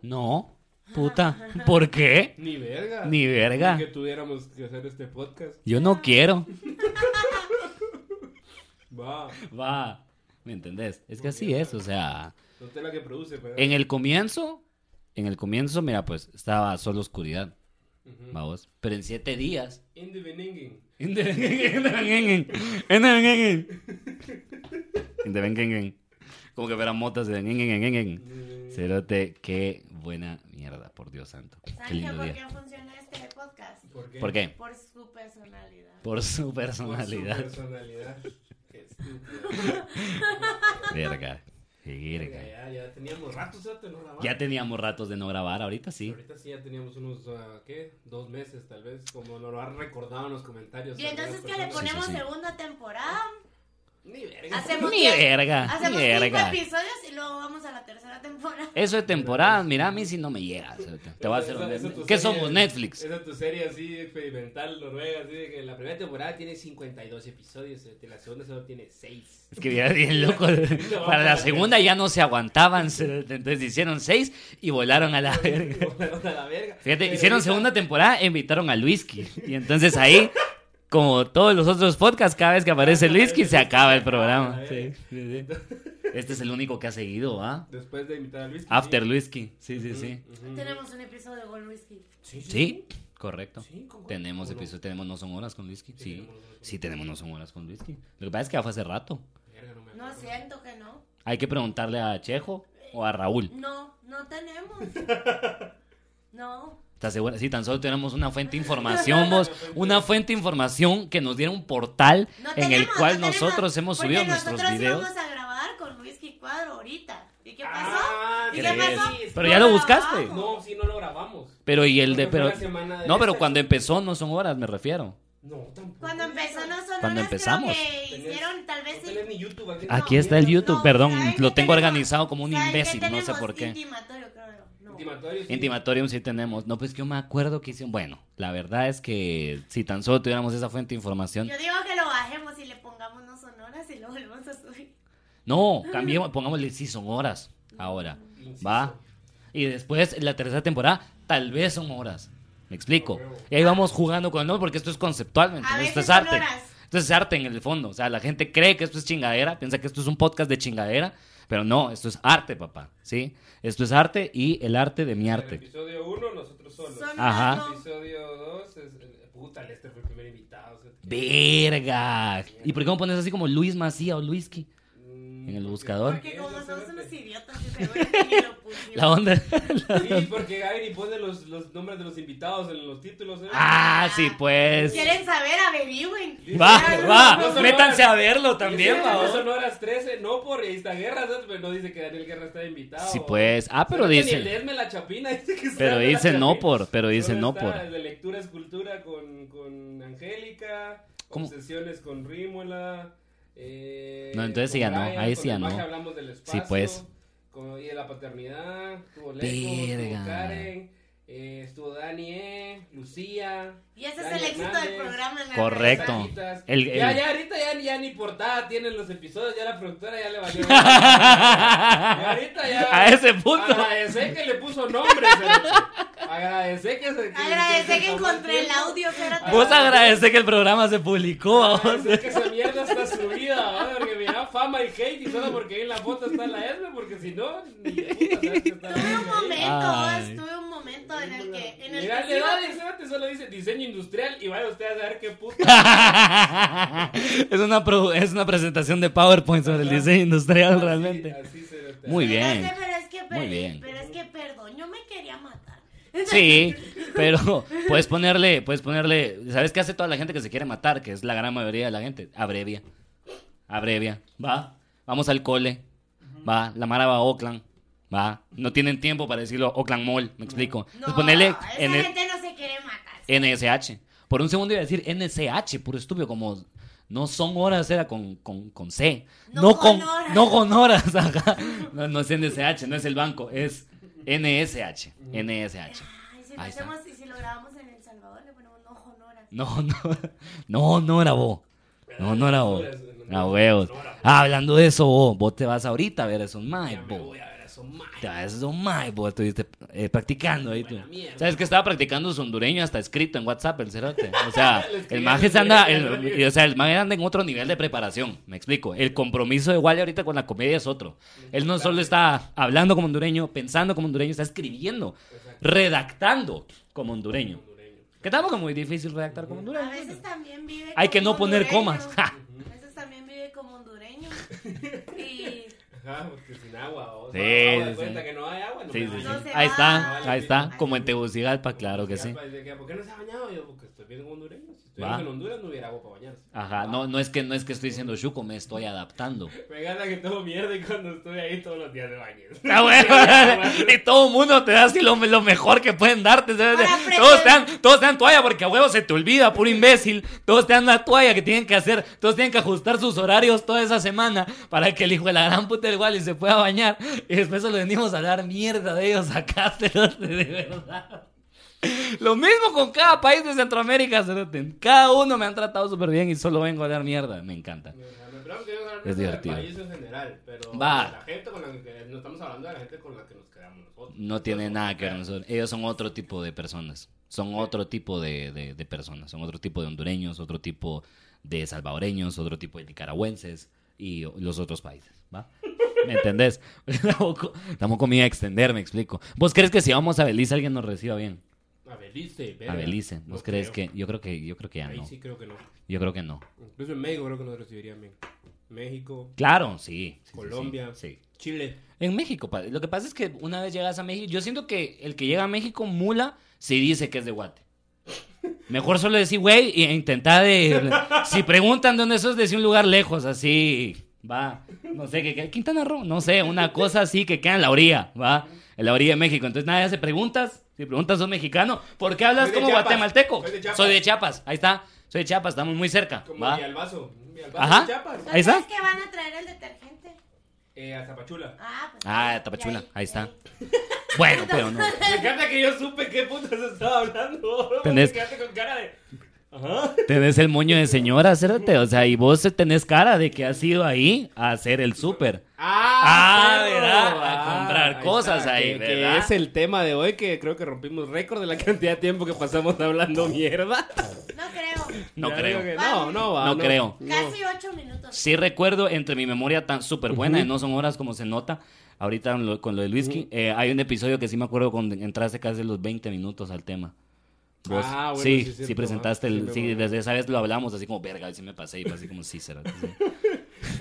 No, puta, ¿por qué? Ni verga. Ni verga. Ni Que tuviéramos que hacer este podcast. Yo no quiero. Va. Va, ¿me entendés? Es que así es, o sea, No te la que produce, pero. en el comienzo, en el comienzo, mira, pues estaba solo oscuridad, Ujú. vamos, pero en siete días. In the beginning. En de- en de- en de- en de- en de- Como que fueran motas de... en- en- en- en. Cerote, qué buena mierda, por Dios santo. Qué ¿Saben que lindo por día. qué funciona este podcast? Mm, ¿Por qué? ¿Por qué? Por su personalidad. Por su Por su personalidad. personalidad. Qué estúpido. Verga. qué Verga, verga. Ya, ya teníamos ratos, ya te no grabamos. Ya teníamos ratos de no grabar, ahorita sí. Ahorita sí ya teníamos unos, ah, ¿qué? Dos meses tal vez, como nos lo han recordado en los comentarios. Y entonces que algunas le personas. ponemos Sí, sí, sí. segunda temporada, Ni verga. Hacemos- Ni verga, ni hacemos cinco verga. episodios y luego vamos a la tercera temporada. Eso de temporada, mira a mí si no me llega. cerote. Te va a hacer Esa- esa un... tu ¿Qué serie- somos, Netflix? Esa es tu serie así experimental noruega, así de que la primera temporada tiene 52 episodios, eh, la segunda solo tiene 6. Es que ya bien loco. Para la segunda ya no se aguantaban, se- entonces hicieron seis y volaron a la verga. a la verga. Fíjate, Pero hicieron ahorita- segunda temporada e invitaron a Luisky. Y entonces ahí, como todos los otros podcasts, cada vez que aparece Luisky se acaba el programa. Sí, sí, sí. Este es el único que ha seguido, ¿ah? Después de invitar a Luis. pues, After sí. Luisky. Sí, sí, sí. Ujú, ujú. Tenemos un episodio con whisky. Sí, Sí, correcto. Sí, con- Tenemos con- con- episodios, tenemos No Son Horas con Luisky. Sí, tenemos No Son sí, tenemos No Son Horas con Luisky. Lo que pasa es que ya fue hace rato. Verga, no me No acuerdo. siento que no. Hay que preguntarle a Chejo o a Raúl. No, no tenemos. No. ¿Estás segura? Si tan solo tenemos una fuente de información, vos, una fuente de información que nos diera un portal No en el tenemos, cual no tenemos, nosotros hemos porque subido nuestros nosotros videos. vamos a grabar con Whisky Cuadro ahorita. ¿Y qué pasó? Ah, ¿Y qué ¿Crees? pasó? Pero No ya lo grabamos. buscaste. No, sí, no lo grabamos. Pero y el de Porque fue pero la semana de no, pero esta. cuando empezó no son horas, me refiero. No, tampoco. Cuando empezó no solo Cuando nos creo empezamos. que Tenés- hicieron tal no vez sí. tenés ni YouTube aquí. Aquí No, está el mierda. YouTube, No, perdón, ¿saben qué lo tengo tenemos? organizado como un ¿Saben qué imbécil, no sé tenemos? por qué. Intimatorio, creo. No. Intimatorio, sí. Intimatorium sí tenemos. No, pues que yo me acuerdo que hicieron. Bueno, la verdad es que si tan solo tuviéramos esa fuente de información. Yo digo que lo bajemos y le pongamos no sonoras y lo volvemos a subir. No, cambiemos, pongámosle sí son horas ahora. Inciso. Va. Y después, en la tercera temporada, tal vez son horas. Me explico. A huevo. Y ahí vamos jugando con el nombre porque esto es conceptual, ¿me entiendes? Esto veces es arte. son horas. Esto es arte en el fondo. O sea, la gente cree que esto es chingadera, piensa que esto es un podcast de chingadera, pero no, esto es arte, papá. ¿Sí? Esto es arte y el arte de mi En el arte. Ah. episodio 1, nosotros solos. Son Ajá. unas El no- episodio 2 es. eh, Puta, Lester fue el primer invitado. o sea, que- ¡Verga! ¿Y por qué no pones así como Luis Macía o Luisky? En Mm, el porque- buscador. Porque como somos Sí, unos idiotas, yo seguro que ni lo pusimos. La onda. Sí, porque Gary pone los, los nombres de los invitados en los títulos. ¿eh? Ah, sí, pues. ¿Quieren saber? Averigüen. Va, Ya, no, no, va. no. Métanse a verlo también, Dice, va. No son horas 13, no por esta guerra, ¿sabes? pero no dice que Daniel Guerra está invitado. Sí, pues. Ah, pero Ni el dice. de Esme la chapina dice que está Pero en la dice no chapina. por, pero dice Solo no pues. está por. el De lectura escultura con, con Angélica, ¿Cómo? obsesiones con Rímola. eh, No, entonces con sí ya no, Brian, ahí con sí el ya no. Maje hablamos del espacio, pues. con- y de la paternidad, estuvo Leco, estuvo Verga. Karen, eh, estuvo Dani E, Lucía. Y ese es Dani el éxito del Hernández. programa. la Correcto. verdad. Sajitas. El- Ya, el- ya, ahorita ya, ya ni portada tienen los episodios, ya la productora ya le valió. ahorita ya. A ese punto. Agradecé que le puso nombre. Cerote. Agradecé que se. Agradecer que tomó encontré el tiempo. audio, espérate. Vos agradecés que el programa se publicó, vamos. Agradecé que esa mierda está subida, ¿verdad? porque mira fama y hate y solo porque ahí en la foto está la Esme, porque si no, ni puta sabes que está la Tuve un Esme ahí. momento, Ay. vos, tuve un momento en el que... En el Mira, que le sí da me- de Cerote, solo dice diseño industrial y vaya usted a saber qué puta. Es una, pro- es una presentación de PowerPoint sobre el diseño industrial Así- realmente. así Cerote. Muy Espérate, bien. Pero es que, Muy per- bien. Pero es que, perdón, yo me quería matar. Sí, pero puedes ponerle, puedes ponerle, ¿sabes qué hace toda la gente que se quiere matar? Que es la gran mayoría de la gente. Abrevia. Abrevia. Va. Vamos al cole. Va. La Mara va a Oakland. Va. No tienen tiempo para decirlo Oakland Mall, me explico. Entonces ponerle esa Pues en el- gente no se quiere matar. NSH. Por un segundo iba a decir NSH, puro estúpido, como no son horas, era con, con, con C. No No, con con, horas. no con horas, ajá. No, no es NSH, no es el banco, es NSH. NSH. Ay, si lo Ahí está. hacemos y si lo grabamos en El Salvador, le ponemos no honoras. No, no, no, no era vos. No, no era vos. Ah, No era vos. A huevos. Ah, hablando de eso, vos, vos te vas ahorita a ver esos Ya más, me vos. voy a ver a esos asomar. Te vas oh my, vos estuviste eh, practicando ahí tú. Buena mierda. ¿Sabes que estaba practicando su hondureño hasta escrito en WhatsApp el cerote? O sea, Lo escribí, el lo maje se escribí, anda, lo el- escribí. o sea, el maje anda en otro nivel de preparación, me explico. El compromiso de Wally ahorita con la comedia es otro. Él no solo está hablando como hondureño, pensando como hondureño, está escribiendo, Pues redactando como hondureño. Que tampoco es muy difícil redactar como A hondureño. veces también vive Hay como que no poner hondureño. comas. Ja. A veces también vive como hondureño. Y Ajá, porque sin agua. O sea, Sí, agua de sí, cuenta sí. que no hay agua. No Sí, me sí, baño. sí. se Ahí va. está, ahí está, como en Tegucigalpa, claro que sí. Ya, pues, de que, ¿Por qué no se ha bañado? Yo, porque estoy bien hondureño. Si Va. estuviera en Honduras no hubiera agua para bañarse. Ajá, no, no es que no es que estoy diciendo chuco, me estoy adaptando. Me encanta que todo mierda y cuando estoy ahí todos los días de bañes. Ah, bueno. Y todo mundo te da así lo, lo mejor que pueden darte. ¿sabes? Para aprender. Todos te, dan, todos te dan toalla porque a huevo se te olvida, puro imbécil. Todos te dan la toalla que tienen que hacer. Todos tienen que ajustar sus horarios toda esa semana para que el hijo de la gran puta del Wally se pueda bañar. Y después se lo venimos a dar mierda de ellos acá, cerote, de verdad. Lo mismo con cada país de Centroamérica, cerote. Cada uno me han tratado súper bien y solo vengo a dar mierda. Me encanta. Me pregunto que yo no hablo Es divertido. del país en general, pero Va. la gente con la que no estamos hablando de la gente con la que nos quedamos nosotros. No tiene nada que ver con nosotros. Ellos son otro tipo de personas. Son otro tipo de, de- de personas. Son otro tipo de hondureños, otro tipo de salvadoreños, otro tipo de nicaragüenses y los otros países. ¿Va? ¿Me entendés? tampoco, tampoco me iba a extender, me explico. ¿Vos crees que si vamos a Belice alguien nos reciba bien? A Belice, verga. A Belice. No ¿Vos crees creo. que? Yo creo que, yo creo que ya Ahí no. sí creo que no. Yo creo que no. Incluso en México creo que nos recibirían bien. México, Claro, sí. sí, sí, sí. Colombia, Sí. Chile. En México, pa- lo que pasa es que una vez llegas a México, yo siento que el que llega a México mula si dice que es de Guate. Mejor solo decir, güey, e intentar de... Si preguntan de dónde sos, decir un lugar lejos, así, va. No sé, que, que- Quintana Roo, no sé, una cosa así que queda en la orilla, va. En la orilla de México. Entonces nadie hace preguntas. Si preguntas, sos mexicano. ¿Por qué hablas Soy de como Chiapas, guatemalteco? soy de Chiapas. Soy de Chiapas, ahí está. Soy de Chiapas, estamos muy cerca, Como va. Villalbazo. Villalbazo Ajá. de Chiapas. Ahí está. ¿Sabes que van a traer el detergente? Eh, a Zapachula. Ah, pues. Ah, ahí, Tapachula, ahí, ahí está. ahí. Bueno, pero no. Me encanta que yo supe qué putas estaba hablando. Tenés- Me quedaste con cara de... Ajá. Tenés el moño de señora, cérate. O sea, y vos tenés cara de que has ido ahí a hacer el súper. Ah, perro. ¿verdad? A Ah, comprar cosas ahí, que- que ¿verdad? es el tema de hoy que creo que rompimos récord de la cantidad de tiempo que pasamos hablando mierda. No creo. No Ya creo. digo que no, no va, No creo. Casi ocho minutos. Sí recuerdo, entre mi memoria tan súper buena, y no son horas como se nota, ahorita con lo, con lo de Luisky, eh, hay un episodio que sí me acuerdo cuando entraste casi los 20 minutos al tema. Vos, Ah, bueno, sí sí, es sí, cierto, presentaste, ah, sí el, me sí, acuerdo. desde esa vez lo hablamos así como, verga, sí me pasé y fue así como, sí, será.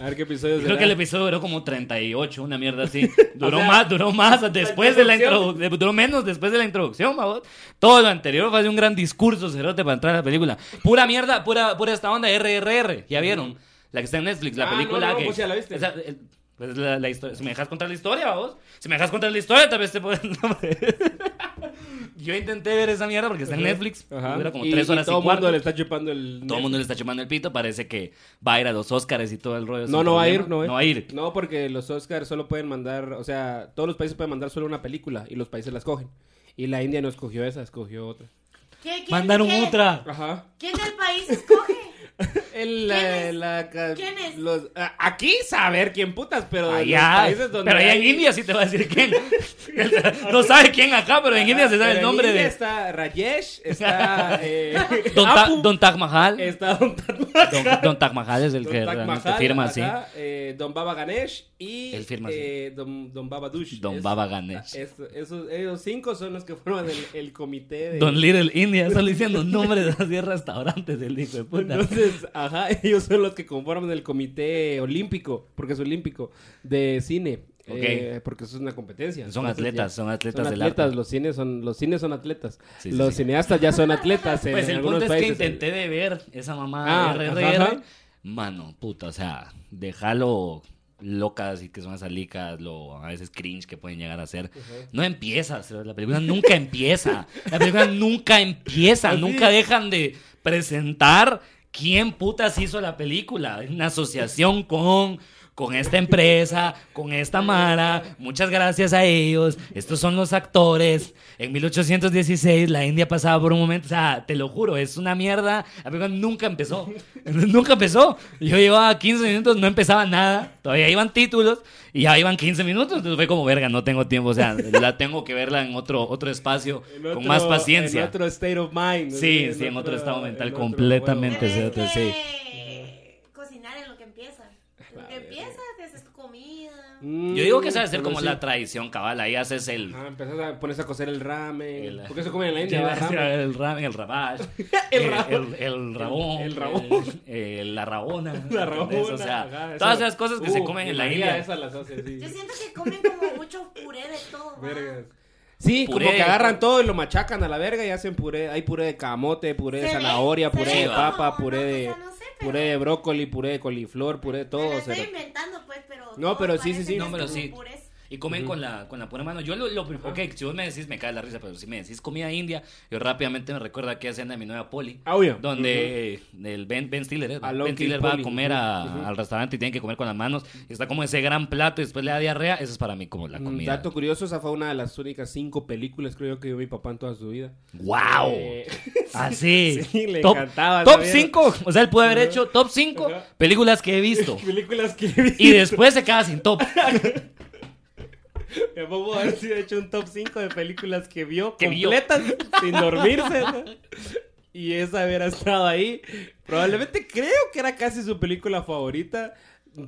A ver qué episodio Creo que el será. episodio duró como 38, una mierda así. Duró O sea, más, duró más después de la introducción. introducción. Duró menos después de la introducción, babos. Todo lo anterior fue de un gran discurso, cerote, para entrar a la película. Pura mierda, pura, pura esta onda RRR. ¿Ya vieron? La que está en Netflix, la Mm. Ah, película no, no, que. pues ya la viste. esa- el- pues la- la historia. Si me dejas contar la historia, babos. Si me dejas contar la historia, tal vez te puedo. Yo intenté ver esa mierda porque está en Netflix. Ajá. Dura como Y- 3 y horas y, todo el mundo cuarto. le está chupando el. Todo el mundo le está chupando el pito. Parece que va a ir a los Oscars y todo el rollo. No, sin no va a ir, problema. no, eh. No va a ir. No, porque los Oscars solo pueden mandar, o sea, todos los países pueden mandar solo una película y los países las cogen. Y la India no escogió esa, escogió otra. ¿Qué- quién- Mandaron qué- otra. Ajá. ¿Quién del país escoge? El, ¿Quién eh, es? la ca- ¿Quién es? los- a- aquí saber quién putas, pero en los Allá, países donde pero allá en hay- India sí te va a decir quién. no sabe quién acá, pero en India se sabe Pero el en nombre India de... Está Rajesh, está. eh, Don, Ta- Apu, Don Taj Mahal. Está Don Taj Don, Don Taj Mahal es el Don que Taj realmente Mahal, firma así. ajá, eh, don Baba Ganesh y Él firma así. eh, don, don Baba Dush. Don Es- este- Baba Ganesh. es- esos, ellos cinco son los que forman el, el comité de... Don Little India, solo diciendo nombres así de restaurantes del hijo de puta. pues, Entonces, ajá, ellos son los que conforman el comité olímpico, porque es olímpico, de cine. Ok. eh, porque eso es una competencia. Son Entonces, atletas, son atletas del arte. Los cines son, los cines son atletas. Sí, sí, los sí. cineastas ya son atletas en Pues el algunos punto es que países. intenté de ver esa mamá Ah, de ajá, RRR. ajá. Mano, puta, o sea, déjalo locas y que son esas licas, lo a veces cringe que pueden llegar a ser. No empieza, o sea, la película nunca empieza. La película nunca empieza, Así. nunca dejan de presentar quién putas hizo la película. En asociación con con esta empresa, con esta Mara, muchas gracias a ellos, estos son los actores. En 1816 la India pasaba por un momento, o sea, te lo juro, es una mierda. La película nunca empezó, nunca empezó. Yo llevaba 15 minutos, no empezaba nada, todavía iban títulos y ya iban 15 minutos, entonces fue como verga, no tengo tiempo, o sea, la tengo que verla en otro, otro espacio, En con otro- más paciencia. En otro state of mind. ¿no? Sí, sí, en otro estado mental completamente. Pero es Entonces, que cocinar es lo que empieza. Lo La que verga. empieza, te haces tu comida. Mm, Yo digo que sabe hacer pero como sí. la tradición cabal, ahí haces el... Ah, empezás a pones a cocer el ramen. El- Porque eso comen en la Yo India. iba a ¿va? decir, Ramen. el ramen, el rabash, El eh, rabón. el, el rabón, El- el rabón. el- el- la rabona, La ¿entendés? rabona. O sea, ajá, esa- todas esas cosas que se Uh, comen mi en la María India. esas las hace, sí. Yo siento que comen como mucho puré de todo. ¿va? Vergas. Sí, Puré. como que agarran todo y lo machacan a la verga y hacen puré. Hay puré de camote, puré de Se ve- zanahoria, se puré ve de como- papa, no, puré o de sea, no sé, pero- puré de brócoli, puré de coliflor, puré de Me todo. la estoy cero. inventando, pues, pero. No, todo pero sí, sí, parece sí. que No, es pero como sí. purés. Y comen con la con la pura mano. Yo lo, lo primero que si vos me decís me cae la risa, pero si me decís comida india, yo rápidamente me recuerdo aquella escena de mi nueva poli. Ah, obvio. Donde eh, el Ben, ben Stiller, ¿eh? A Ben Loki Stiller va a Poli. comer a- Ujú. al restaurante y tiene que comer con las manos. Y está como ese gran plato y después le da diarrea. Eso es para mí como la Mm, comida. Dato curioso, esa fue una de las únicas cinco películas creo yo que vio mi papá en toda su vida. ¡Wow! Eh, Así. Sí, le Ah, top, encantaba esa Top mierda. 5. O sea, él puede haber Ajá. hecho top 5 Ajá. películas que he visto. películas que vi. Y después se queda sin top. Me pongo a ver si he hecho un top 5 de películas que vio Que vio. completas sin dormirse. ¿no? Y esa haber estado ahí. Probablemente creo que era casi su película favorita.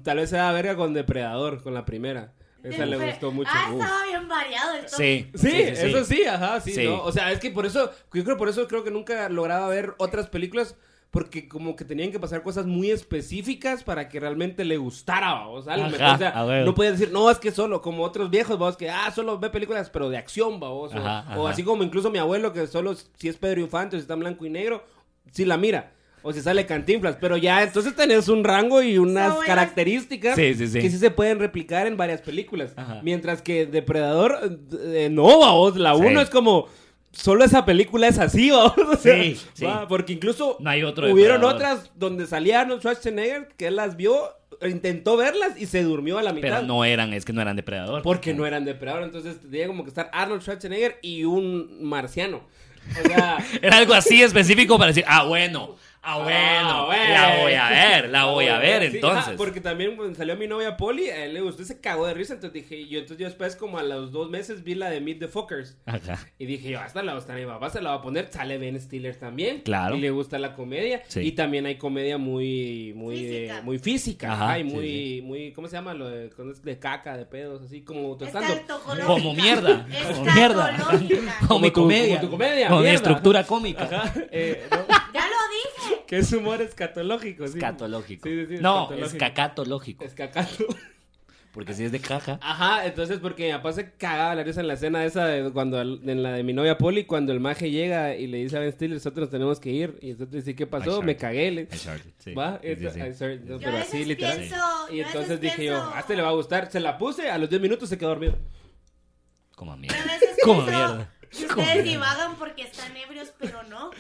Tal vez sea verga con Depredador, con la primera. Esa le Fue- gustó mucho. Ah, Uf. estaba bien variado el top. Sí. Sí, eso sí, ajá, sí, Sí. ¿no? O sea, es que por eso, yo creo por eso creo que nunca lograba ver otras películas porque como que tenían que pasar cosas muy específicas para que realmente le gustara, vamos, algo. ¿me Ajá, entiendes? a o sea, ver. no podía decir, no, es que solo, como otros viejos, vamos, que, ah, solo ve películas, pero de acción, vamos. O, Ajá, o ajá. así como incluso mi abuelo, que solo si es Pedro Infante o si está en blanco y negro, si la mira. O si sale Cantinflas, pero ya, entonces tenés un rango y unas buenas. características Sí, sí, sí. que sí se pueden replicar en varias películas. Ajá. Mientras que Depredador, eh, no, vamos, la Sí. uno es como, solo esa película es así, vamos. o sea, Sí, sí. va, porque incluso No hay otro hubieron Depredador. otras donde salía Arnold Schwarzenegger, que él las vio, intentó verlas y se durmió a la mitad. Pero no eran, es que no eran depredador. Porque no eran Depredador, entonces tenía como que estar Arnold Schwarzenegger y un marciano. O sea... Era algo así específico para decir, ah, bueno, ah, bueno, Ah, bueno. la voy a ver, la voy a ver, Sí, entonces. ajá, porque también cuando salió mi novia Polly, a él le gustó, y se cagó de risa, entonces dije, yo entonces yo después como a los dos meses vi la de Meet the Fuckers. Ajá. Y dije, yo, hasta la gusta a mi papá, se la va a poner. Sale Ben Stiller también. Claro. Y le gusta la comedia. Sí. Y también hay comedia muy, muy, Física. eh, muy física. Ajá, ajá, y sí, muy, sí. muy, ¿cómo se llama? Lo de, cuando es de caca, de pedos, así como tu Está stand-up. autocológica. Como mierda, Está como mierda. autocológica. Como mi tu- comedia. como tu comedia, Como mi mierda. estructura cómica. Eh, ¿no? Ya lo dije. que es humor escatológico. sí. Escatológico. Sí, sí, sí, no, es escatológico. cacatológico. Escacato. Porque si es de caja. Ajá, entonces porque mi papá se cagaba la risa en la escena esa de cuando el- en la de mi novia Polly, cuando el maje llega y le dice a Ben Stiller, nosotros nos tenemos que ir. Y entonces dice, ¿qué pasó? sorry. Me cagué. le- Sí, ¿Va? sí, sí, Eso- sí. ay, sorry, no, Yo pero a veces así, literal. pienso- y yo a entonces veces dije yo, pienso- a este le va a gustar. Se la puse, a los 10 minutos se quedó dormido. Como mierda. Pero a veces Como pienso mierda. que Como Ustedes mierda. divagan porque están ebrios, pero no.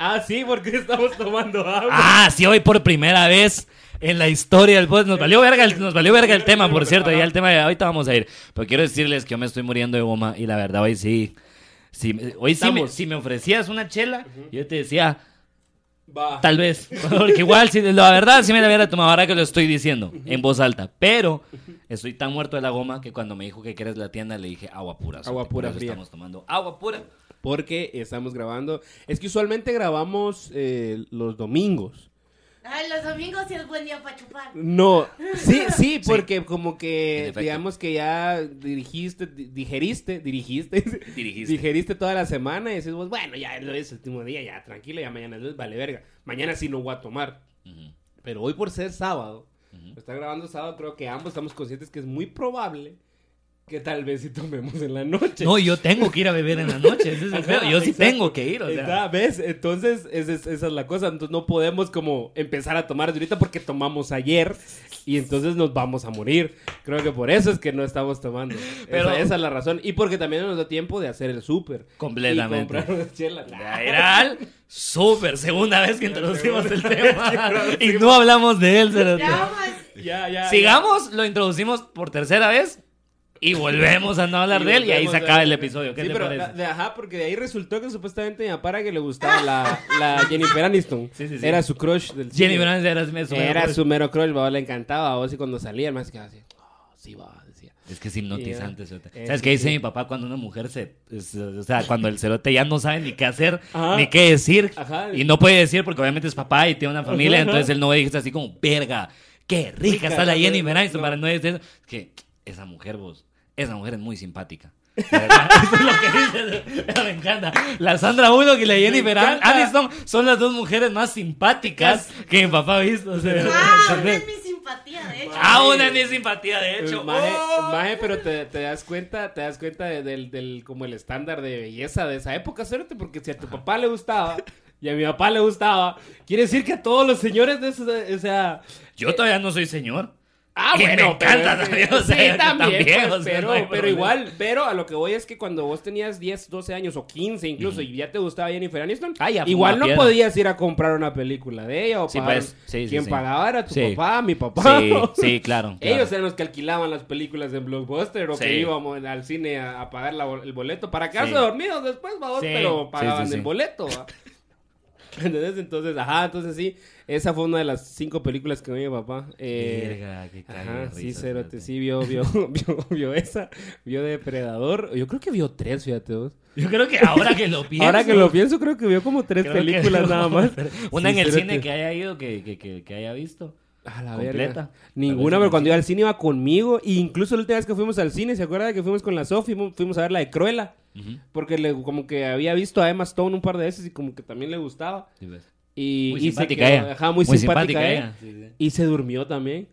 Ah, sí, porque estamos tomando agua. Ah, sí, hoy por primera vez en la historia del podcast. Nos valió verga el, nos valió verga el tema, por cierto. Ya el tema de ahorita vamos a ir. Pero quiero decirles que yo me estoy muriendo de goma y la verdad hoy sí. sí, hoy sí me, Estamos. si me ofrecías una chela, yo te decía, Va. tal vez. Porque igual, si, la verdad, sí me la hubiera tomado ahora que lo estoy diciendo en voz alta. Pero estoy tan muerto de la goma que cuando me dijo que quieres la tienda, le dije agua pura. Agua Sote, por pura eso fría. Estamos tomando agua pura. Porque estamos grabando. Es que usualmente grabamos eh, los domingos. Ay, los domingos sí es buen día para chupar. No, sí, sí, Sí. porque como En que efecto. digamos que ya dirigiste, di- digeriste, dirigiste, Dirigiste. digeriste toda la semana y decís, vos, bueno, ya lo es el último día, ya tranquilo, ya mañana es lunes, vale verga. Mañana sí no voy a tomar. Ujú. Pero hoy por ser sábado, lo está grabando sábado, creo que ambos estamos conscientes que es muy probable que tal vez sí tomemos en la noche. No, yo tengo que ir a beber en la noche. ese es el Ajá, pedo, Yo sí exacto. tengo que ir. O sea. Está, ¿Ves? Entonces, esa es, esa es la cosa. Entonces, no podemos como empezar a tomar desde ahorita porque tomamos ayer y entonces nos vamos a morir. Creo que por eso es que no estamos tomando. Pero- esa, esa es la razón. Y porque también nos da tiempo de hacer el súper. Completamente. Y comprar unas chelas. Viral, súper, segunda vez que introducimos el tema y no hablamos de él. Ya cerote. vamos, Ya, ya. Sigamos, lo introducimos por tercera vez y volvemos a no hablar de él y ahí se acaba el episodio. ¿Qué sí, te pero, parece? la- de- ajá, porque de ahí resultó que supuestamente mi papá era que le gustaba la, la Jennifer Aniston. Sí, sí, sí. Era su crush del cine. Jenny Brand era, me- su- Era su mero crush, babá, le encantaba. O y cuando salía, el más que así, "Oh, sí, babá, decía. Es que es hipnotizante. cerote. Eh, ¿Sabes sí, qué dice sí. mi papá cuando una mujer se. es- o sea, cuando el cerote ya no sabe ni qué hacer, Ajá. ni qué decir. Ajá. Y no puede decir porque obviamente es papá y tiene una familia. Ajá, ajá. Entonces él no dice así como, verga, qué rica Rica, está la no, Jenny no, Aniston. no. Para no decir eso. Es que esa mujer, vos, esa mujer es muy simpática. La verdad, Eso es lo que dice. Me encanta. La Sandra Bullock y la Jenny encanta. Aniston son las dos mujeres más simpáticas que mi papá ha visto. o sea, Ah, una es mi simpatía, de hecho. Ah, una es mi simpatía, de hecho. Maje, ¡Oh! maje, pero te, te das cuenta, te das cuenta de- del, del- como el estándar de belleza de esa época, cerote, porque si a tu papá le gustaba y a mi papá le gustaba, quiere decir que a todos los señores de esos, o sea, Yo todavía no soy señor. Ah, Y me bueno, pero encanta es que- también, o sea, sí, yo también, también, pues, o sea, pero, no hay pero problema. igual, pero a lo que voy es que cuando vos tenías 10, 12 años o 15 incluso y ya te gustaba Jennifer Aniston, Ah, ya, igual fuma no piedra. podías ir a comprar una película de ella o Sí, pagar. pues, sí, sí, Quien sí. pagaba era tu Sí. papá, mi papá. Sí, sí, claro. claro. Ellos eran los que alquilaban las películas en Blockbuster o Sí. que íbamos al cine a, a pagar la bol- el boleto para quedarse Sí. dormidos después, babos, Sí. pero pagaban Sí, sí, sí. el boleto. ¿va? ¿Entendés? Entonces, ajá, entonces sí, esa fue una de las cinco películas que me dio mi papá. Eh, Verga, qué cague de Ajá, sí, risa, Cerote, fíjate. sí, vio, vio, vio, vio esa, vio Depredador, yo creo que vio tres, fíjate vos. Yo creo que ahora que lo pienso. Ahora que lo pienso, creo que vio como tres creo que películas no. nada más. Una Sí, en el Cerote. cine que haya ido, que, que, que, que haya visto. A la completa. verga. Ninguna, Tal vez en el pero cuando iba al cine iba conmigo, e incluso la última vez que fuimos al cine, ¿se acuerda que fuimos con la Sofi, fuimos, fuimos a ver la de Cruella? Ujú. Porque le, como que había visto a Emma Stone un par de veces y como que también le gustaba. Sí, pues. Y, Muy y se simpática quedó- ella. ajá, muy, simpática, ella. Sí, sí. Y se durmió también.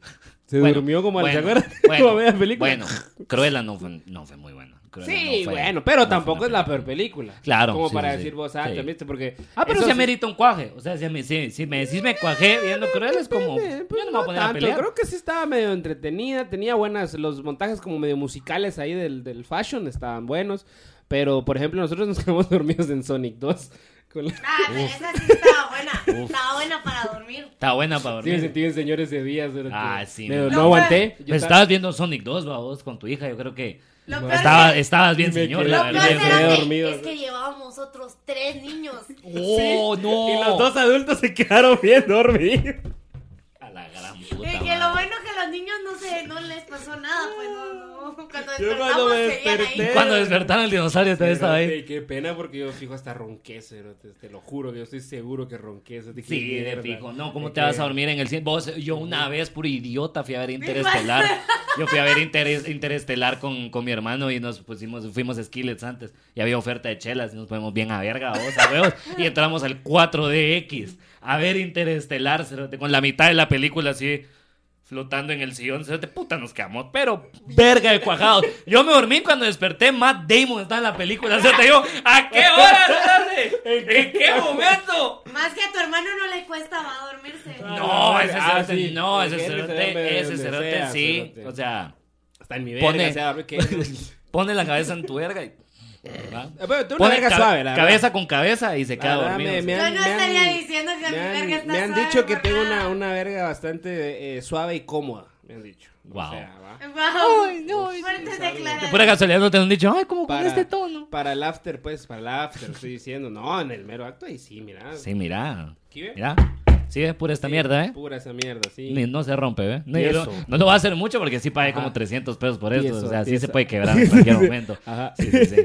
Se Bueno, durmió como, al- ¿se bueno, acuerda? bueno, Como a media película. Bueno, Cruella no fue, no fue muy buena. Cruella Sí, no fue- bueno, pero no fue tampoco una es la peor película. Claro, Como sí, para sí, decir sí. vos, ah, Sí. te viste, porque. Ah, pero eso se sí- amerita un cuaje. O sea, si, me- si, si me decís me cuajé viendo Cruella es como. Eh, pues yo no me voy a poner a tanto, pelear. Creo que sí estaba medio entretenida, tenía buenas, los montajes como medio musicales ahí del, del fashion estaban buenos, pero por ejemplo nosotros nos quedamos dormidos en Sonic 2. Con la... Ah, pero esa sí estaba buena. Estaba buena para dormir. Está buena para Sí, me dormir. sentí bien señores de días. durante- Ah, sí, Me- me- no, No, aguanté. Yo Pues estaba- estabas viendo Sonic 2, va, vos con tu hija, yo creo que Lo Bueno. peor, estaba, es que- estabas bien Y me señor, quedé- la lo verdad. peor yo me quedé creo. era dormido, que, es ¿no? que llevábamos otros tres niños. ¡Oh, no! Y los dos adultos se quedaron bien dormidos. A la gran Eh, puta. que lo madre. bueno que a los niños no se, no les pasó nada, pues no, no. Cuando Yo despertamos cuando me seguían desperté- ahí. Cuando despertaron el dinosaurio todavía estaba ahí. Cerote, Qué pena porque yo fijo hasta ronqué, cerote, te lo juro, que yo estoy seguro que ronqué. cerote, qué Sí, de mierda. fijo. No, ¿cómo Es te vas que- a dormir en el cine? Vos, yo una vez, puro idiota, fui a ver Interestelar. Yo fui a ver Interes- Interestelar con, con mi hermano y nos pusimos, fuimos a Skillets antes. Y había oferta de chelas y nos ponemos bien a verga, vos, a huevos. Y entramos al 4DX a ver Interestelar, cerote, con la mitad de la película así flotando en el sillón. cerote, puta, nos quedamos, pero verga de cuajados. Yo me dormí cuando desperté, Matt Damon está en la película. cerote, yo, ¿a qué hora, cerote? ¿En qué momento? Más que a tu hermano no le cuesta va a dormirse. No, ese Ah, cerote, sí. no, El ese Henry se cerote, duerme ese donde cerote sea, sí. cerote. O sea, Está en mi verga, pone, se Eh, va a dormir, qué- pone la cabeza en tu verga y. ¿verdad? Eh, pero tú una Pone verga cabe- suave, la verdad. cabeza con cabeza y se La queda verdad, dormido. me- me Yo han- no me han- estaría diciendo que mi Me verga han, está me han suave, dicho que porque- tengo una, una verga bastante eh, suave y cómoda. Me han dicho. O Wow. sea, va. Wow. Fuertes De declaraciones. pura casualidad no te han dicho, ay, como con Para, este tono. para el after, pues, para el after, estoy diciendo. No, en el mero acto, y sí, mira. Sí, mira. ¿Aquí ve? Mira. Sí, es pura esta mierda, ¿eh? Pura esa mierda, sí. Ni- no se rompe, ¿ve? No, Y yo no- eso. no lo va a hacer mucho porque sí pagué como Ajá. 300 pesos por esto. Tieso, o sea, sí tieso. se puede quebrar en cualquier momento. Ajá. Sí, sí, sí.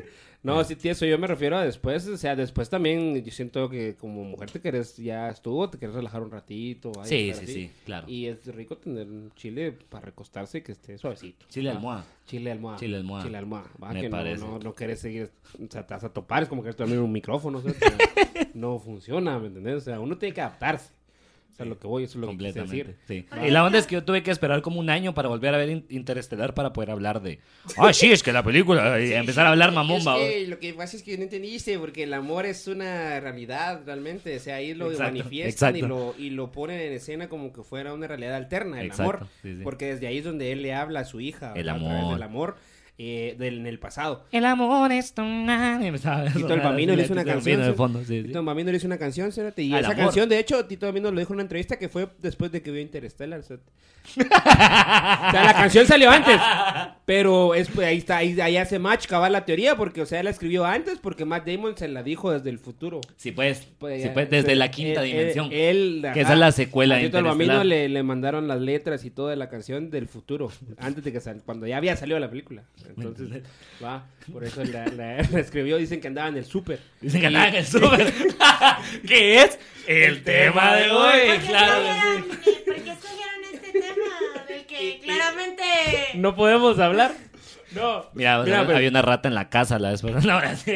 No, sí, tío, eso yo me refiero a después. O sea, después también yo siento que como mujer te querés, ya estuvo, te querés relajar un ratito. va, y Sí, estar sí, sí, claro. Y es rico tener un chile para recostarse que esté suavecito. Chile ¿va? almohada. Chile almohada. Chile almohada. Chile almohada. Va, Me que no- parece. No, no, querés seguir, o sea, te vas a topar, es como que dormir en un micrófono. o sea, te- no funciona, ¿me entendés? O sea, uno tiene que adaptarse. O sea, lo que voy, eso es lo que quise Completamente. decir. Sí. Y la onda es que yo tuve que esperar como un año para volver a ver In- Interestelar para poder hablar de. Ah, sí, es que la película. Y empezar a hablar mamón, va. Es que lo que pasa es que no entendiste, porque el amor es una realidad realmente. O sea, ahí lo Exacto, manifiestan y exacto. lo, y lo ponen en escena como que fuera una realidad alterna, el Exacto, amor. sí, sí. Porque desde ahí es donde él le habla a su hija El a través amor. del amor. eh, del, en el pasado. El amor es tan... ¿sabes? Tito el Bambino le hizo una Tito el canción. Bambino de fondo, sí, sí. Tito el Bambino le hizo una canción, cerote, Y Al esa amor. canción, de hecho, Tito el Bambino lo dijo en una entrevista que fue después de que vio Interstellar. cerote. o sea, la canción salió antes. Pero es, pues, ahí está, ahí, ahí hace match cabal la teoría, porque, o sea, él la escribió antes porque Matt Damon se la dijo desde el futuro. Sí, pues. Pues, sí, ya, pues, desde se- la quinta él- dimensión. él- él, que esa eh, ajá. es la secuela A de Tito el Bambino Interestelar. le, le mandaron las letras y todo de la canción del futuro, antes de que sal, cuando ya había salido la película. Entonces, va, por eso la, la- la escribió, dicen que andaba en el súper. Dicen que andaba en el súper. que es el tema de hoy. ¿Por qué Claro que sí. escogieron- eh, ¿Por qué escogieron este tema? Del que claramente. No podemos hablar. No. Mira, Mira, había, pero- había una rata en la casa la vez pasada. No, ahora sí,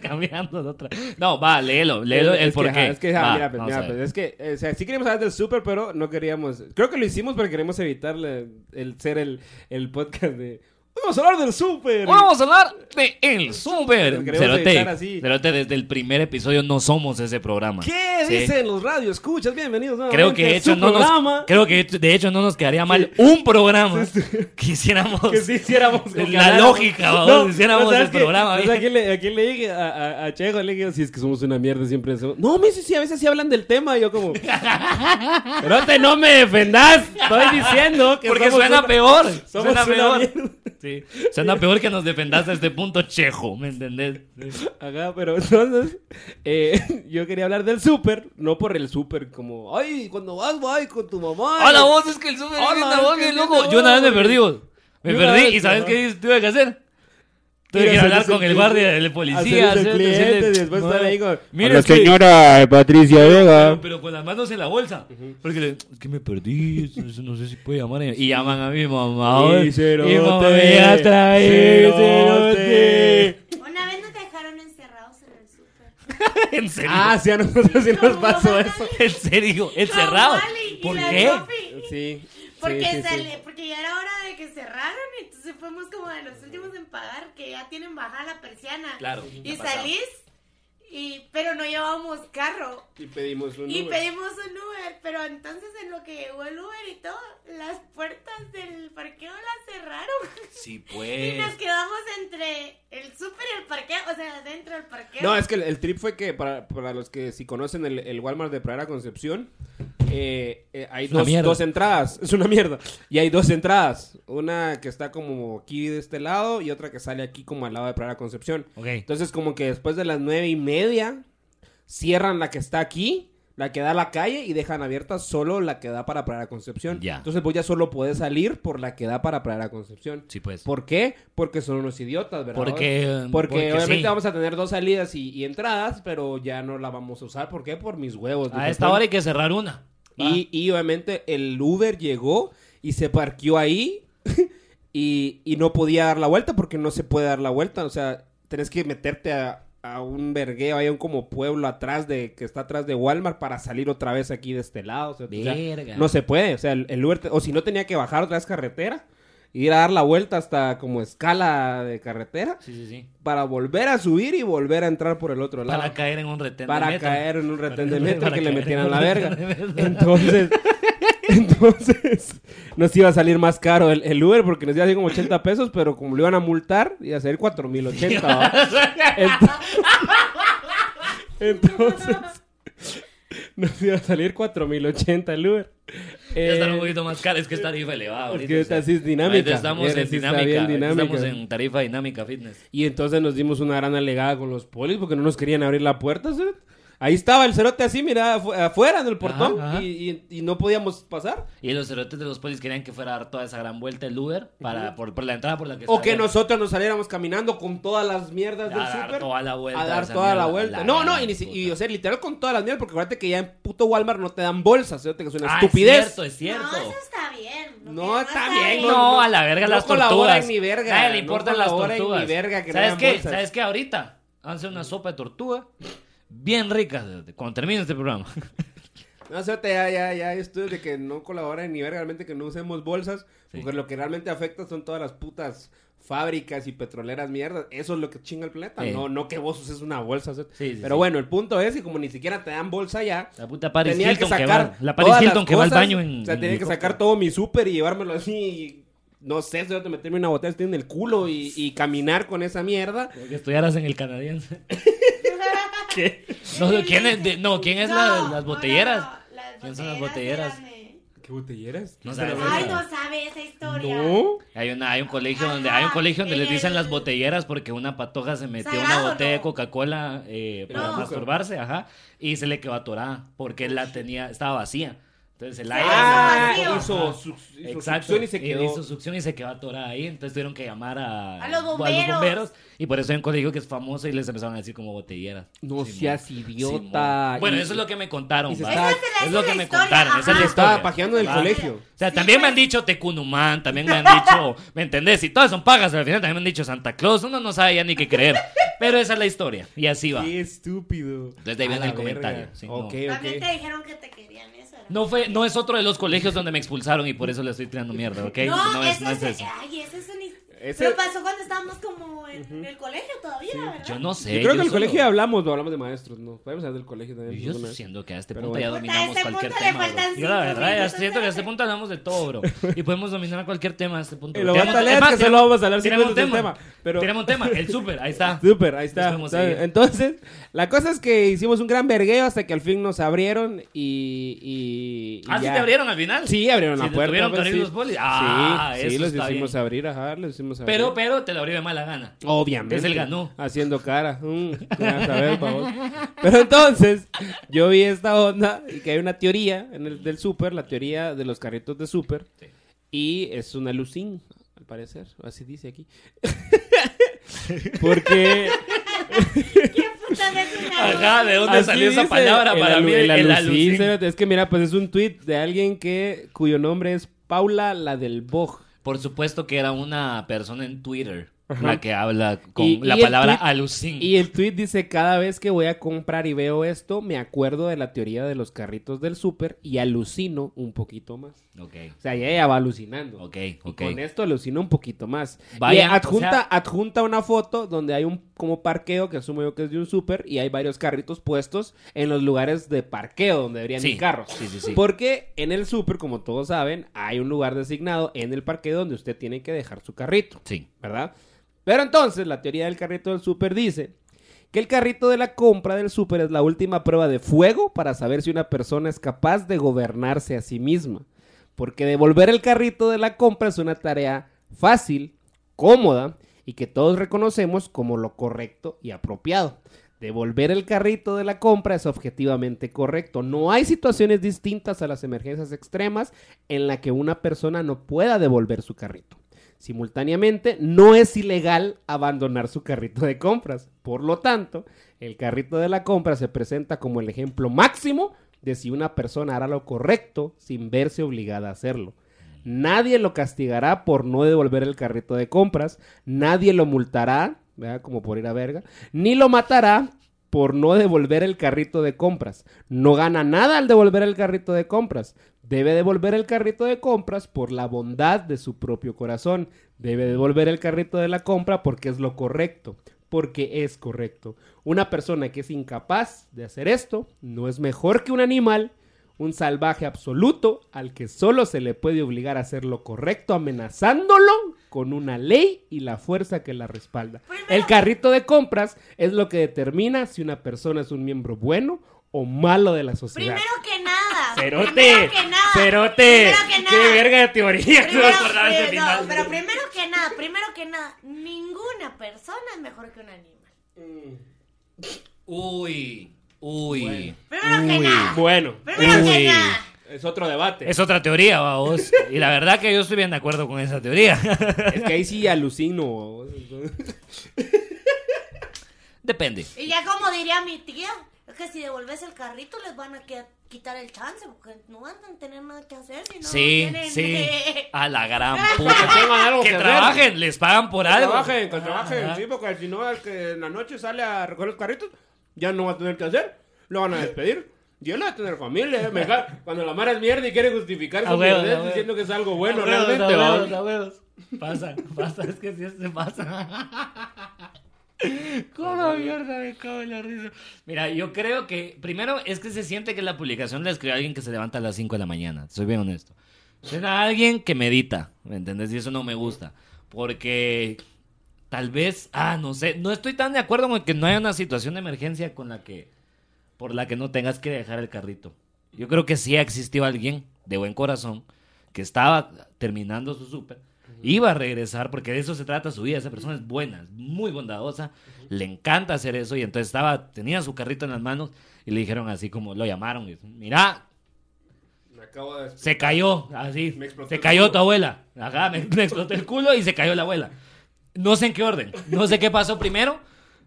cambiando de otra. No, va, léelo, léelo el es que, por ajá, qué. Es que, ajá, Va, mira, pues, vamos mira, a ver. pues, es que, eh, o sea, sí queríamos hablar del súper, pero no queríamos. Creo que lo hicimos porque queremos evitar la- el ser el, el podcast de. ¡Vamos a hablar del súper! Vamos a hablar de El Súper. Lo queremos Cerote, editar así. Cerote, desde el primer episodio no somos ese programa. ¿Qué Sí. dicen los radio? Escuchas, bienvenidos. Creo que, nuevamente de a hecho su no nos, programa. creo que de hecho no nos quedaría mal un programa que hiciéramos. que si hiciéramos La que ganáramos. lógica, vamos, hiciéramos ¿sabes el qué? programa, ¿Sabes a bien? quién le, a quién le dije? A, a- a Checo, le dije, si es que somos una mierda, siempre hacemos- No, me dice, sí, a veces sí hablan del tema, y yo como... Pero te no me defendas, estoy diciendo que Porque somos suena una- peor. somos Suena una peor. mierda. Sí. Suena peor que nos defendaste a este punto chejo, ¿me entendés? Ajá, pero entonces, eh, yo quería hablar del súper, no por el súper, como, ay, cuando vas, voy con tu mamá. Hola vos, Ah, es que el súper Hola, es una es Ah, voz que bien es loco. una Yo una vez voz, me güey. perdí vos. Me Yo una perdí vez, y ¿sabes ajá. qué tuve que hacer? Tuve Ir a que ir a hablar hacerse con el cliente, guardia, el policía. hacerse hacer- cliente, decirle, después "Madre, estar ahí con- mira, a la es que- señora Patricia Vega. Pero, pero con las manos en la bolsa. Porque le, es que me perdí, es- no sé si puede llamar. Y llaman a mi mamá. güey. Y cerote, mi mamá me va a traer, cerote. Una vez nos dejaron encerrados en el súper. cerote. En serio. Ah, sí, a nosotros sí nos pasó eso. en serio, encerrado. Con Wally y ¿Por la qué? Sophie. Sí. Porque, sí, sí, sí. sale- porque ya era hora de que cerraron, entonces fuimos como de los últimos en pagar, que ya tienen bajada la persiana. Claro, Y ha pasado. salís, y, pero no llevábamos carro. Y pedimos un Y Uber. pedimos un Uber, pero entonces en lo que llegó el Uber y todo, las puertas del parqueo las cerraron. Sí, Y nos pues. quedamos entre el súper y el parqueo, o sea, dentro del parqueo. No, es que el, el trip fue que para, para los que si conocen el, el Walmart de Pradera Concepción, eh, eh, hay Es una dos, mierda. dos entradas. Es una mierda. Y hay dos entradas. Una que está como aquí de este lado y otra que sale aquí como al lado de Pradera Concepción. Ok. Entonces como que después de las nueve y media cierran la que está aquí. La que da a la calle y dejan abierta solo la que da para Pradera Concepción. Ya. Entonces vos ya solo podés salir por la que da para Pradera Concepción. Sí, pues. ¿Por qué? Porque son unos idiotas, ¿verdad? Porque- Porque, porque obviamente sí. vamos a tener dos salidas y, y entradas, pero ya no la vamos a usar. ¿Por qué? Por mis huevos. A dije, esta "Pon". hora hay que cerrar una. Va. Y, y obviamente el Uber llegó y se parqueó ahí y, y no podía dar la vuelta porque no se puede dar la vuelta. O sea, tenés que meterte a, a un vergueo, hay un como pueblo atrás de que está atrás de Walmart para salir otra vez aquí de este lado. O sea, o sea, Verga. no se puede. O sea, el, el Uber, te- o si no tenía que bajar otra vez carretera. Ir a dar la vuelta hasta como escala de carretera Sí, sí, sí. para volver a subir y volver a entrar por el otro lado. Para caer en un retén de Para metro. caer en un retén de Para- metro para que le caer en metieran un la retén de verga. metro. Entonces, entonces nos iba a salir más caro el, el Uber porque nos iba a salir como 80 pesos, pero como lo iban a multar, iba a salir 4080. ¿va? Ento- Entonces, nos iba a salir 4080 el Uber. Ya Eh, están un poquito más caras, es que esta tarifa elevada. es ahorita, que o sea. esta sí es dinámica. Ahorita estamos Esta en sí está dinámica. bien ahorita dinámica. Estamos en tarifa dinámica fitness. Y entonces nos dimos una gran alegada con los polis porque no nos querían abrir la puerta, cerote. Ahí estaba el cerote así, mira, afu- afuera en el portón Ajá, ajá. Y, y- y no podíamos pasar. Y los cerotes de los polis querían que fuera a dar toda esa gran vuelta el Uber para, por, por la entrada por la que O que salieron. nosotros nos saliéramos caminando con todas las mierdas A del dar súper. toda la vuelta A a dar esa toda la mierda, vuelta. la no, gran no, y, ni si- y, puta. o sea, literal con todas las mierdas porque acuérdate que ya en puto Walmart no te dan bolsas, cerote, que es una Ah, estupidez. Es cierto, es cierto. No, eso está bien. lo que No, está bien. No, a la verga no las colaboran tortugas. ni verga, Nadie le no importan las colaboran ni tortugas. verga que no ¿Sabes hagan qué? bolsas. Mm. ¿Sabes qué? Ahorita hacer una sopa de tortuga bien rica cuando termine este programa. No, cerote, ya, ya, ya hay estudios de que no colaboran ni verga, realmente que no usemos bolsas, Sí. porque lo que realmente afecta son todas las putas fábricas y petroleras mierdas. Eso es lo que chinga el planeta. Sí. No, no que vos uses una bolsa. cerote. Sí, sí, sí. Pero bueno, el punto es que como ni siquiera te dan bolsa ya, La puta Paris tenía Hilton que que, sacar va. La Paris todas Hilton las que va al cosas, baño en. O sea, en tenía que helicóptero. sacar todo mi súper y llevármelo así y no sé, suerte meterme una botella estoy en el culo y, y caminar con esa mierda. Como que estudiaras en el canadiense. ¿Qué? No, ¿quién es, de- no, ¿quién es la- No, las botelleras? no, no, las ¿Quién son las botelleras? eran de- ¿Qué botelleras? No ¿Qué sabes. están Ay, hablando? no sabe esa historia. No. Hay, una, hay un colegio Ajá, donde hay un colegio donde les en dicen el- las botelleras porque una patoja se metió Sagrado, una botella de ¿no? Coca-Cola eh, para No. masturbarse, ajá, y se le quedó atorada porque la tenía estaba vacía. Entonces el aire Ah, vacío. hizo, Ajá. su, hizo Exacto, succión y se quedó. hizo succión y se quedó atorada ahí, entonces tuvieron que llamar a, A los bomberos. y por eso hay un colegio que es famoso y les empezaron a decir como botelleras. No Simón. seas Simón. idiota. Bueno, Y- eso es lo que me contaron. y se va. estaba- es, Esa es la- esa lo que es la me historia, contaron. Esa es la ajá. historia. Estaba pajeando en el Va. colegio. O sea, Sí, también me pues. han dicho Tecunumán, también me han dicho, ¿me entendés? Y todas son pagas, al final también me han dicho Santa Claus, uno no sabe ya ni qué creer. Pero esa es la historia, y así va. Qué estúpido. Desde ahí A viene la el comentario, verga. sí, no. ok, También te ok. dijeron que te querían eso. ¿verdad? No fue, no es otro de los colegios donde me expulsaron y por eso le estoy tirando mierda, ¿ok? No, es, eso no es es- eso. Ay, ese es un. Ese- Pero pasó cuando estábamos como en el colegio todavía, ¿verdad? Eh, Yo no sé. Yo creo que en el solo- colegio hablamos, no hablamos de maestros, no. Podemos hablar del colegio también. Yo alguna vez. siento que a este Pero punto bueno. ya Puta, a dominamos este cualquier punto le tema. faltan bro. Yo la cinco verdad ya minutos, siento que a este espérate. punto hablamos de todo, bro. Y podemos dominar cualquier tema a este punto. Y bro. lo Tiramos- fatal es es más, que tiramos- solo vamos a hablar cinco tiramos un minutos del tema. tema, pero- Tiramos un tema, el súper, ahí está. Súper, ahí está. Después vamos a ¿sabe? seguir. Entonces, la cosa es que hicimos un gran vergueo hasta que al fin nos abrieron y. y, y Ah, ¿sí ya. te abrieron al final? Sí, abrieron Sí, la te puerta. tuvieron que pues, abrir sí. los bolis. Ah, sí, sí, eso los está hicimos bien. abrir, ajá, los hicimos abrir. Pero, pero te lo abrí de mala gana. Obviamente. Entonces él ganó. Haciendo cara. Mm, ya sabes, pavos. Pero entonces, yo vi esta onda y que hay una teoría en el del súper, la teoría de los carritos de súper. Sí. Y es una lucín, al parecer. Así dice aquí. Porque. ¿Qué puta es una Ajá, ¿de dónde así salió esa dice palabra el para alu- mí? el El alucín, alucín. espérate, Es que mira, pues es un tweet de alguien que cuyo nombre es Paula, la del Boj. Por supuesto que era una persona en Twitter Ajá. la que habla con Y- la y el palabra tweet- alucín. Y el tweet dice, cada vez que voy a comprar y veo esto, me acuerdo de la teoría de los carritos del súper y alucino un poquito más. Ok, O sea, ya ella va alucinando. ok, Y ok. Con esto alucina un poquito más. Vayan, y adjunta, o sea- adjunta una foto donde hay un como parqueo, que asumo yo que es de un súper, y hay varios carritos puestos en los lugares de parqueo donde deberían Sí, ir carros. sí, sí, sí. Porque en el súper, como todos saben, hay un lugar designado en el parqueo donde usted tiene que dejar su carrito. Sí. ¿verdad? Pero entonces la teoría del carrito del súper dice que el carrito de la compra del súper es la última prueba de fuego para saber si una persona es capaz de gobernarse a sí misma. Porque devolver el carrito de la compra es una tarea fácil, cómoda y que todos reconocemos como lo correcto y apropiado. Devolver el carrito de la compra es objetivamente correcto. No hay situaciones distintas a las emergencias extremas en la que una persona no pueda devolver su carrito. Simultáneamente, no es ilegal abandonar su carrito de compras. Por lo tanto, el carrito de la compra se presenta como el ejemplo máximo de si una persona hará lo correcto sin verse obligada a hacerlo. Nadie lo castigará por no devolver el carrito de compras, nadie lo multará, ¿verdad? como por ir a verga, ni lo matará por no devolver el carrito de compras. No gana nada al devolver el carrito de compras. Debe devolver el carrito de compras por la bondad de su propio corazón. Debe devolver el carrito de la compra porque es lo correcto, porque es correcto. Una persona que es incapaz de hacer esto no es mejor que un animal, un salvaje absoluto al que solo se le puede obligar a hacer lo correcto amenazándolo con una ley y la fuerza que la respalda. El carrito de compras es lo que determina si una persona es un miembro bueno o malo de la sociedad. Primero que nada. Cerote, Primero que nada. cerote, Primero que qué nada. verga de teoría. Primero, No me acordaba ese eh, no, final. pero primero que nada, primero que nada, ninguna persona es mejor que un animal. Uy, uy. Primero que nada. Bueno, Primero Uy. que nada. es otro debate. Este, Es otra teoría, va, vos. Y la verdad que yo estoy bien de acuerdo con esa teoría. Es que ahí sí alucino. Depende. Y ya como diría mi tía, es que si devolves el carrito les van a que- quitar el chance porque no van a tener nada que hacer. Si no sí, tienen- sí. A la gran Que puta. tengan algo que que hacer. trabajen, les pagan por algo. trabajen, que trabajen, Ajá. sí, porque si no, el que en la noche sale a recoger los carritos, ya no va a tener que hacer, lo van a despedir. Y él va a tener familia, eh, me ca- cuando la mara es mierda y quiere justificar A su huevo, a mierdez huevo. diciendo que es algo bueno, A huevos, realmente. a ¿va? huevos, a huevos. Pasa, pasa, es que sí se pasa. ¿Cómo mierda me cago en la risa? Mira, yo creo que primero es que se siente que la publicación la escribió alguien que se levanta a las 5 de la mañana. Soy bien honesto. Era alguien que medita, ¿me entendés? Y eso no me gusta. Porque tal vez, ah, no sé, no estoy tan de acuerdo con que no haya una situación de emergencia con la que, por la que no tengas que dejar el carrito. Yo creo que sí ha existido alguien de buen corazón que estaba terminando su súper, iba a regresar, porque de eso se trata su vida, esa persona es buena, es muy bondadosa, le encanta hacer eso, y entonces estaba, tenía su carrito en las manos, y le dijeron así como, lo llamaron, y, mira, Me acabo de... se cayó, así. Me explotó se el cayó culo. tu abuela. Ajá, me, me explotó el culo y se cayó la abuela. No sé en qué orden, no sé qué pasó primero.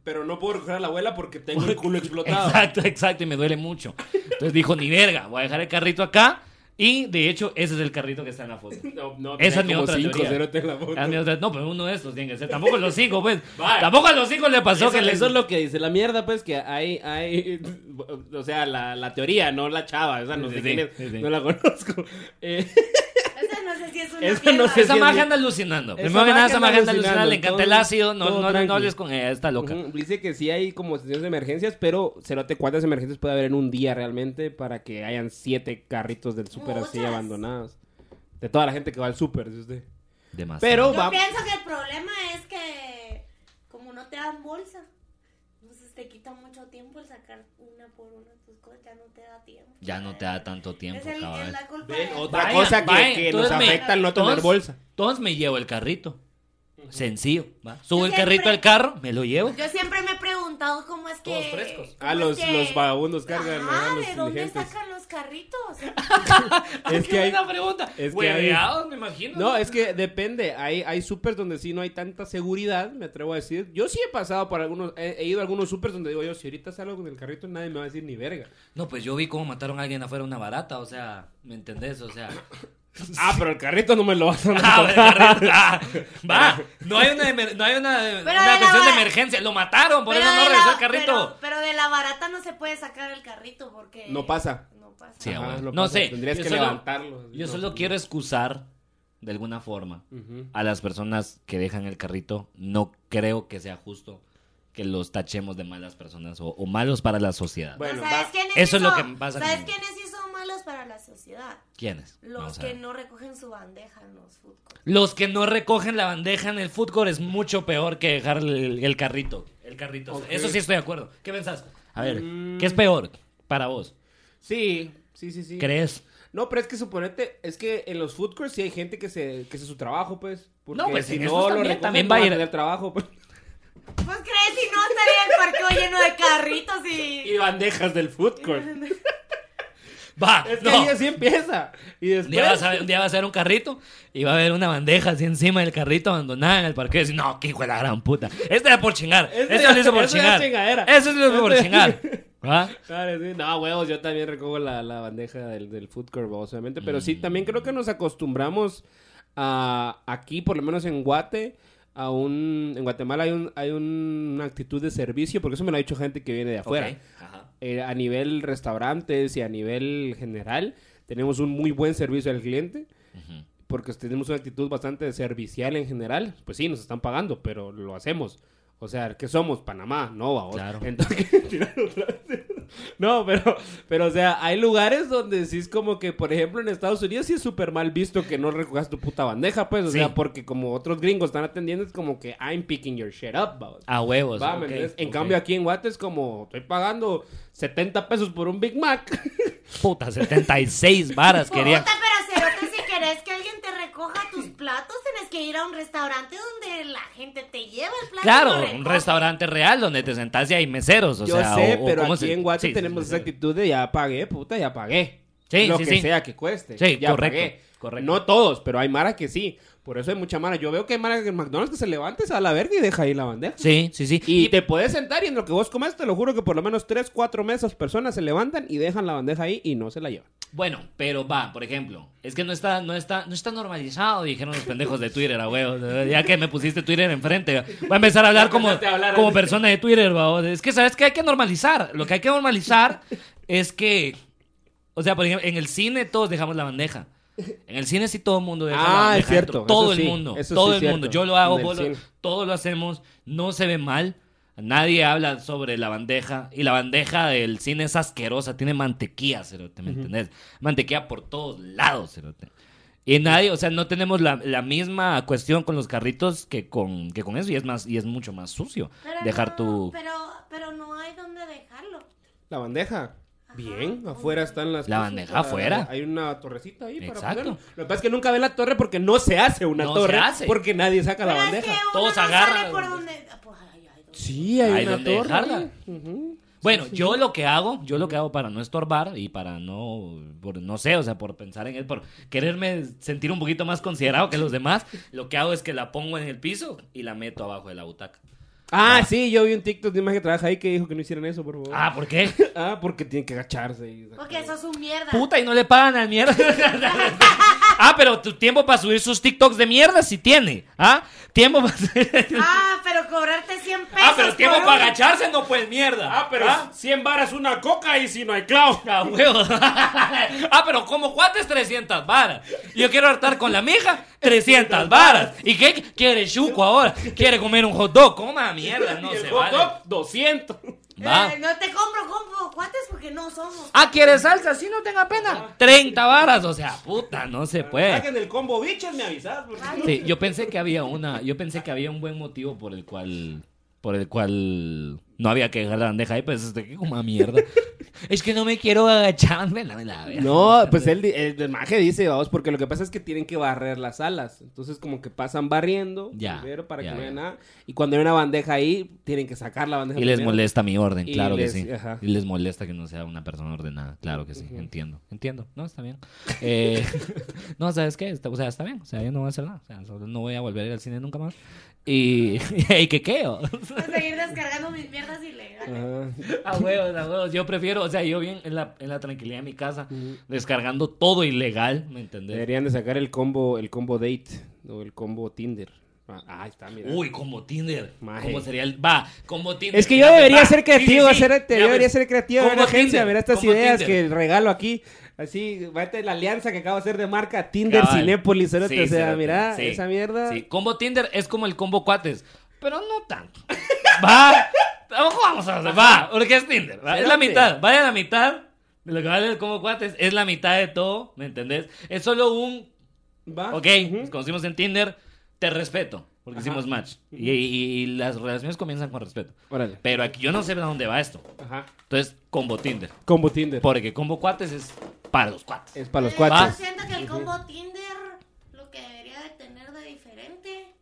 Pero no puedo recoger a la abuela porque tengo el culo explotado. Exacto, exacto, y me duele mucho. Entonces dijo, ni verga, voy a dejar el carrito acá. Y de hecho, ese es el carrito que está en la foto. No, no, Esa tenés es mi como otra cinco teoría. cerotes en la foto. Ah, mira, otra- No, pero uno de estos tiene que ser. Tampoco a los cinco, pues. Vaya. Tampoco a los cinco le pasó Eso, que le eso es lo que dice la mierda, pues, que hay, hay, o sea, la, la teoría, no la chava, esa no Sí, sé sí, quién es, sí, sí. no la conozco. Eh, Esa no sé si es una Esa no mierda. sé Esa Sí, sí. maja anda alucinando. Esa Primero que nada, maja esa anda maja anda alucinando, alucinando. Le encanta el todo- ácido. No, todo no, no, tranqui. hables con ella, está loca. ujú, dice que sí hay como situaciones de emergencias, pero cerote, ¿cuántas emergencias puede haber en un día realmente para que hayan siete carritos del súper así Muchas. abandonados? De toda la gente que va al súper, dice usted. Demasiado. Pero Yo va- pienso que el problema es que como no te dan bolsa, entonces te quita mucho tiempo el sacar una por una tus cosas, ya no te da tiempo. Ya no te da tanto tiempo, Es, el, es cabal. la culpa Ven, de- otra cosa que- que nos entonces afecta el no tener entonces- bolsa. Entonces me llevo el carrito. Sencillo. ¿va? Subo Yo el siempre- carrito al carro, me lo llevo. Yo siempre me he preguntado cómo es que... Todos frescos. cómo Ah, es los, que- los vagabundos cargan, Ajá, ajá, los ¿de dónde inteligentes. sacan los carritos? Ay, Es qué que hay- buena pregunta. es que hay- Hueveados, me imagino. No, eh. es que depende. Hay, hay supers donde sí no hay tanta seguridad, me atrevo a decir. Yo sí he pasado por algunos, he, he ido a algunos supers donde digo yo, si ahorita salgo con el carrito, nadie me va a decir ni verga. No, pues yo vi cómo mataron a alguien afuera de una barata, o sea, ¿me entendés? O sea, Ah, pero el carrito no me lo vas a ah, dar. carrito, ah, va, no hay una, emer- no hay una, una de la cuestión de ba- emergencia, lo mataron, por eso de no la- regresó el carrito. Pero, pero de la barata no se puede sacar el carrito porque... No pasa. No pasa. Sí, Ajá, abuelo. lo No pasa, sé. tendrías yo que solo- levantarlo. Yo No, solo no. quiero excusar de alguna forma Ujú. a las personas que dejan el carrito. No creo que sea justo que los tachemos de malas personas o, o malos para la sociedad. Bueno, ¿Sabes va. quiénes Eso es lo hizo- que me pasa ¿Sabes con- quiénes sí son malos para la sociedad? ¿Quiénes? Los Vamos a que ver. no recogen su bandeja en los food courts. Los que no recogen la bandeja en el fútbol es mucho peor que dejar el, el carrito. El carrito. Ok. Eso sí estoy de acuerdo. ¿Qué pensás? A ver, Mm. ¿qué es peor para vos? Sí, sí, sí, sí. ¿Crees? No, pero es que suponete, es que en los food courts sí hay gente que se, que hace su trabajo, pues. Porque No, pues, si en no esos lo también- recogen, también no va a van ir- tener trabajo. pues. ¿Vos Pues crees si no estaría el parqueo lleno de carritos Y y... bandejas del food court. Va, Es que no. ahí así empieza. Y Un día, vas después... a ver, un día vas a ver un carrito y va a haber una bandeja así encima del carrito abandonada en el parque. Y decir, no, qué hijo de la gran puta. Este era por chingar. Este Este ya- lo hizo por eso ya chingar. es chingadera. Eso lo hizo por Este- chingar. ¿Va? Claro, sí. No, huevos, yo también recojo la, la bandeja del, del food court, vamos, obviamente. Pero sí, también creo que nos acostumbramos a aquí, por lo menos en Guate, a un... En Guatemala hay, un, hay una actitud de servicio, porque eso me lo ha dicho gente que viene de afuera. Ok, ajá. Eh, a nivel restaurantes y a nivel general, tenemos un muy buen servicio al cliente. Ujú. porque tenemos una actitud bastante servicial en general, pues sí, nos están pagando, pero lo hacemos. O sea, ¿qué somos? Panamá, no, vamos. Claro. Entonces, tirar otra vez. no, pero, pero, o sea, hay lugares donde sí es como que, por ejemplo, en Estados Unidos sí es súper mal visto que no recojas tu puta bandeja, pues, o Sí. sea, porque como otros gringos están atendiendo, es como que I'm picking your shit up, vamos. A huevos. Va, Ah, pues, ok, ¿me entiendes? en ok. cambio aquí en Guate es como, estoy pagando 70 pesos por un Big Mac. Puta, 76 varas querían. Puta, pero cerote, si querés que alguien te recoja tus platos, tenés que ir a un restaurante donde la gente te lleva el plato. y lo Claro, un recoge. restaurante real donde te sentás y hay meseros. O Yo sea, sé, o- o pero cómo aquí se- en Guate sí, tenemos sí, esa actitud de ya pagué, puta, ya pagué. Sí, Lo sí, que sí. sea que cueste. Sí, ya correcto, pagué. correcto. No todos, pero hay Mara que sí. Por eso hay mucha Mara. Yo veo que hay Mara en McDonald's que se levanta, se va a la verga y deja ahí la bandeja. Sí, sí, sí. Y, te puedes sentar y en lo que vos comes, te lo juro que por lo menos tres, cuatro mesas personas se levantan y dejan la bandeja ahí y no se la llevan. Bueno, pero va, por ejemplo, es que no está, no está, no está normalizado, dijeron los pendejos de Twitter, a huevos. Ya que me pusiste Twitter enfrente, voy a empezar a hablar como, Empezaste a hablar, como ¿no? persona de Twitter, va. Es que sabes que hay que normalizar. Lo que hay que normalizar es que, o sea, por ejemplo, en el cine todos dejamos la bandeja. En el cine sí todo el mundo deja la Ah, bandeja. es cierto, dentro. Todo eso el sí, mundo. eso sí Todo es el mundo. cierto, Yo lo hago, en el vos lo- cine. todos lo hacemos. No se ve mal. Nadie habla sobre la bandeja. Y la bandeja del cine es asquerosa. Tiene mantequilla, cerote, ¿me entendés? Mantequilla por todos lados, cerote. Y nadie, o sea, no tenemos la, la misma cuestión con los carritos que con, que con eso. Y es más, y es mucho más sucio Pero dejar no, tu. Pero, pero no hay dónde dejarlo. La bandeja. Bien, afuera están las. La cosas, bandeja para- afuera. Hay una torrecita ahí para Exacto. ponerlo. Lo que pasa es que nunca ve la torre porque no se hace una No torre. se hace. Porque nadie saca la Pero es bandeja. que uno Todos no agarran sabe la por bandeja. dónde- ah, pues, ay, ay, ¿dónde? Sí, hay Hay una donde torre. dejarla. ahí. Ujú. Bueno, yo lo que hago, yo lo que hago para no estorbar y para no, por, no sé, o sea, por pensar en él, por quererme sentir un poquito más considerado que los demás, lo que hago es que la pongo en el piso y la meto abajo de la butaca. Ah, sí, yo vi un TikTok de una que trabaja ahí que dijo que no hicieran eso, por favor. Ah, ¿por qué? Ah, porque tienen que agacharse. y- Porque eso es un mierda. Puta, y no le pagan al mierda. ah, pero tu tiempo para subir sus TikToks de mierda sí tiene. Ah, tiempo para... Ah, pero cobrarte 100 pesos. ah, pero tiempo por para uno. agacharse no pues mierda. Ah, pero 100 varas una coca y si no hay clavo. Ah, huevo. ah, pero como cuates 300 varas. Yo quiero hartar con la mija 300 varas. ¿Y qué quiere chuco ahora? ¿Quiere comer un hot dog? Coma mierda, no Y el se hot vale. dog, 200. Va. Eh, no te compro, compro cuates porque no somos. Ah, ¿quiere salsa? Sí, no tenga pena. 30 varas, o sea, puta, no se puede. Saquen el combo bichas, me avisas. porque- Sí, yo pensé que había una, yo pensé que había un buen motivo por el cual por el cual no había que dejar la bandeja ahí, pues este que coma mierda. Es que no me quiero agachar, me la, me la- No, pues él, di- el, el maje dice, vamos, porque lo que pasa es que tienen que barrer las alas. Entonces, como que pasan barriendo Ya, primero para ya, que no haya ya. nada. Y cuando hay una bandeja ahí, tienen que sacar la bandeja. Y les primero. molesta mi orden, Y claro les- que sí. ajá. Y les molesta que no sea una persona ordenada, claro que sí. Entiendo, entiendo. No, está bien. Eh, no, ¿sabes qué? Está- o sea, está bien. O sea, yo no voy a hacer nada. O sea, solo no voy a volver a ir al cine nunca más. Y, y que qué. o- A seguir descargando mis mierdas ilegales. Ajá. A huevos, a huevos. Yo prefiero, o sea, yo bien en la, en la tranquilidad de mi casa, descargando todo ilegal, ¿me entendés? Deberían de sacar el combo, el combo date o el combo Tinder. Ah, ahí está, mira. Uy, como Tinder. Maje. Como sería el. Va, como Tinder. Es que yo fíjate, debería va. ser creativo, Sí, sí, sí. hacer- Ya yo debería ves. ser creativo, Como ver agencia, Tinder, ver estas como ideas Tinder. que regalo aquí. Así, vete la alianza que acabo de hacer de marca Tinder, Cabal. Cinépolis, cerote, Sí, o sea, cerote, mira, sí. esa mierda. Sí, combo Tinder es como el combo cuates, pero no tanto. Va, tampoco vamos a hacer, va, porque es Tinder, va, es la Cerote. mitad, vaya la mitad de lo que vale el combo cuates, es la mitad de todo, ¿me entendés? Es solo un, ¿Va? ok, Ah, Ujú. nos conocimos en Tinder, te respeto, porque Ajá. hicimos match, y, y- y las relaciones comienzan con respeto. Órale. Pero aquí yo no sé a dónde va esto, Ajá. entonces combo Tinder, Combo Tinder. porque combo cuates es para los cuates. Es para los Eh, cuates. Yo siento que el combo Tinder lo que debería de tener de diferente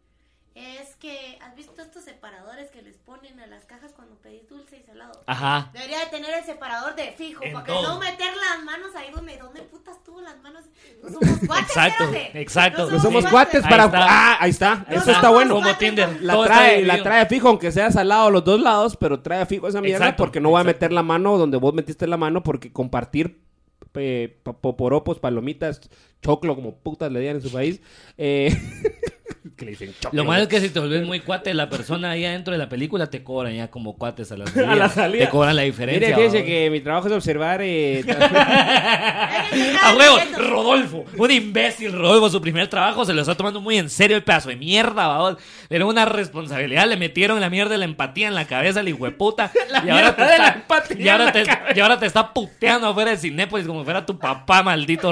es que, ¿has visto estos separadores que les ponen a las cajas cuando pedís dulce y salado? Ajá. Debería de tener el separador de fijo, En para que todo. no meter las manos ahí donde, donde putas tuvo las manos. No somos cuates, Exacto, espérate. exacto. No somos Sí. cuates para. Ahí está. Ah, ahí está. Ahí Eso está. está bueno. Combo Tinder. La todo está trae, dividido. la trae fijo, aunque sea salado a los dos lados, pero trae fijo esa mierda Exacto, porque no va a exacto. meter la mano donde vos metiste la mano porque compartir eh, pa- poporopos, palomitas, choclo, como putas le digan en su país. eh, que le dicen choclo. Lo malo es que si te volvés muy cuate, la persona ahí adentro de la película te cobran ya como cuates a la salida. la salida. Te cobran la Mire, diferencia. fíjese ¿va? que mi trabajo es observar. eh, Es que se A cagan huevo, directo. Rodolfo, un imbécil Rodolfo, su primer trabajo se lo está tomando muy en serio el pedazo de mierda, babón. Le dieron una responsabilidad, le metieron la mierda de la empatía en la cabeza al hijueputa. y ahora te mierda de la está, empatía y ahora en la te- y ahora te está puteando afuera de Cinépolis como fuera tu papá, maldito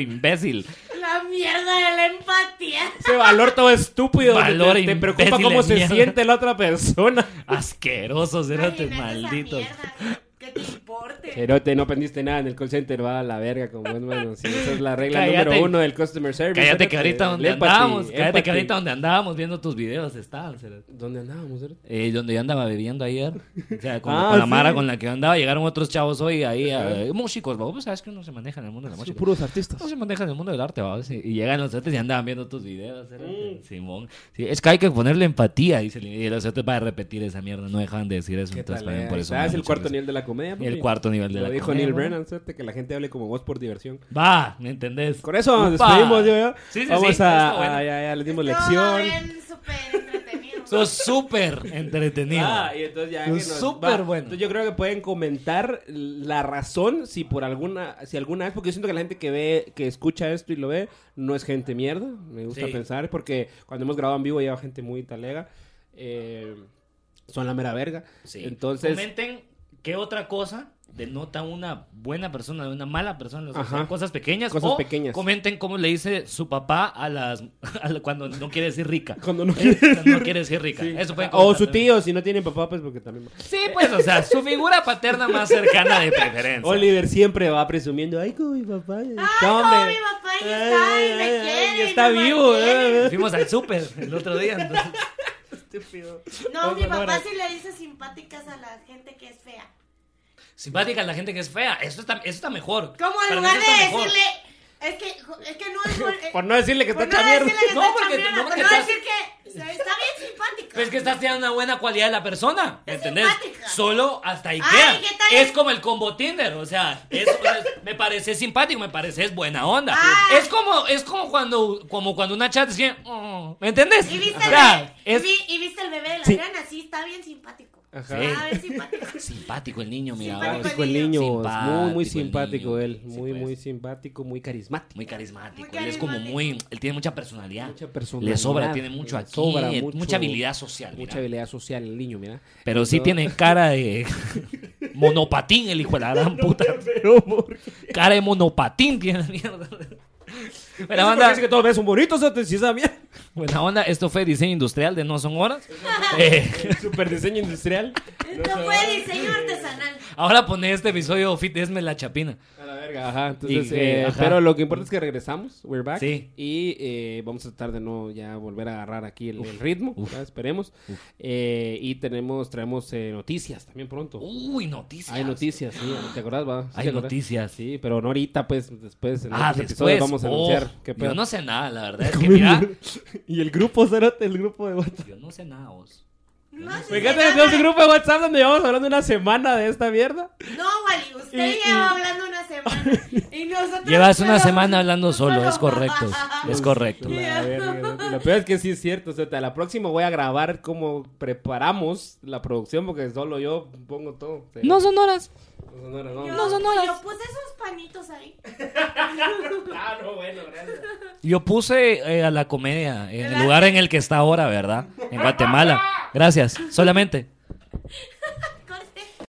imbécil. La mierda de la empatía. ese valor todo estúpido. donde Valor te, te preocupa imbécil cómo de se mierda. siente la otra persona. Asqueroso, Imagínate cerote, esa maldito. mierda, güey. ¿Qué te importa? Cerote, no aprendiste nada en el call center, va a la verga, como es bueno. sí, esa es la regla Cállate. número uno del customer service. Cállate que Cerote. ahorita donde El empathy, andábamos, cállate empathy. que ahorita donde andábamos viendo tus videos estaban, cerote. ¿Dónde andábamos, cerote? Eh, donde yo andaba bebiendo ayer. O sea, con, Ah, con la sí. mara con la que yo andaba, llegaron otros chavos hoy ahí, a- eh, músicos, ¿va? Vos sabes que uno se maneja en el mundo de la Son música. puros artistas. No se maneja en el mundo del arte, ¿va? Sí, Y llegan los otros y andaban viendo tus videos. era- Simón. Sí, es que hay que ponerle empatía, dice el- Y los otros para repetir esa mierda. No dejaban de decir eso. ¿Qué Entonces, tal, también eh? por eso. Ahí me está, da es el mucha cuarto risa. nivel de la comedia. El papi. cuarto nivel de Lo la dijo comedia, Neil ¿no? Brennan, cerote, que la gente hable como vos por diversión. Va, ¿me entendés? Con eso nos Upa. despedimos, yo, yo. Sí, sí, Vamos sí, a. está bueno. ah, ya, ya, les dimos Todo lección. bien, súper entretenido. Sos súper entretenido. Ah, y entonces ya que Es nos- súper va. bueno. Entonces yo creo que pueden comentar la razón si por alguna, si alguna vez, porque yo siento que la gente que ve, que escucha esto y lo ve, no es gente mierda. Me gusta Sí. pensar, porque cuando hemos grabado en vivo lleva gente muy talega. eh, son la mera verga. Sí. Entonces, Comenten ¿Qué otra cosa denota una buena persona de una mala persona? O sea, Ajá. cosas pequeñas. Cosas o pequeñas. Comenten cómo le dice su papá a las a la- cuando no quiere decir rica. Cuando no Eh, quiere cuando decir- no quiere decir rica. Sí. Eso pueden o comentar su también. tío, si no tienen papá, pues porque también. Sí, pues, o sea, su figura paterna más cercana de preferencia. Oliver siempre va presumiendo, ay, como mi papá. Este Ay, como mi papá ya está, y me quiere, y está me vivo. mantiene". eh. Fuimos al súper el otro día. entonces- No, mi Vamos ahora. papá sí le dice simpáticas a la gente que es fea. Simpática a la gente que es fea. Eso está, eso está mejor. Como en Para lugar de nosotros está mejor. decirle. Es que, jo- es que no es. eh, Por, Por no decirle que por está Pues no decirle chamierdo. que No, está porque- chambeando, por no, porque no estás- decir que o sea, está bien simpática. Pero es Pues que estás teniendo una buena cualidad de la persona, ¿me Es entendés? simpática. Solo hasta Ikea. Ay, ¿qué tal? es como el combo Tinder, o sea, es- o sea, me parece simpático, me parece es buena onda. Ay. Es como es como cuando como cuando una chat dice, "Oh", ¿me entendés? ¿Y viste, O sea, el, bebé, es y vi- y viste el bebé de la Sí. grana, sí, está bien simpático. Ajá. Sí. Está bien simpático. simpático el niño, mira, Simpático vos. Simpático el niño, Simpático muy, muy el simpático niño. él. Sí, Muy, pues. muy simpático, muy carismático. muy carismático, Muy él es como carismático. muy él tiene mucha personalidad. Mucha personalidad. Le sobra, tiene mucho le aquí, sobra eh, mucho- mucha habilidad social, mira. Mucha habilidad social el niño, mira. Pero sí No. tiene cara de monopatín el hijo de la gran puta. Pero por Cara de monopatín tiene la mierda. Buena onda, Eso porque dice que todos ves son bonitos, o te si esa mierda. buena onda, esto fue diseño industrial de No Son Horas. Eh, Super diseño industrial. No fue diseño artesanal. ahora pone este episodio Fitnessme la chapina. A la verga, ajá. Entonces, Y que, eh, ajá. pero lo que importa es que regresamos, we're back. Sí. Y eh, vamos a tratar de no ya volver a agarrar aquí el, el ritmo, ya esperemos. Eh, y tenemos, traemos eh, noticias también pronto. Uy, noticias. Hay noticias, sí, ¿te acordás? Va? ¿Sí Hay te acordás? noticias. Sí, pero no ahorita, pues, después en Ah, otros después. vamos a oh, anunciar qué pedo. yo no sé nada, la verdad. Es que mira, y el grupo, cerote, el grupo de WhatsApp. yo no sé nada, vos. No, Me sí, encanta que tenemos un grupo de WhatsApp donde llevamos hablando una semana de esta mierda. No, Wally, usted Y- y- lleva hablando una semana. Y nosotros. Llevas una solo- semana hablando solo, es correcto. Es correcto. La verga, ¿no? Lo peor es que sí es cierto. O sea, a la próxima voy a grabar cómo preparamos la producción porque solo yo pongo todo. O sea, No son horas. no sonora, no. Yo, No son horas. Yo puse esos panitos ahí. Ah, no, bueno, gracias. Yo puse eh, a la comedia en el ¿Verdad? lugar en el que está ahora, ¿verdad? En Guatemala. Gracias, solamente.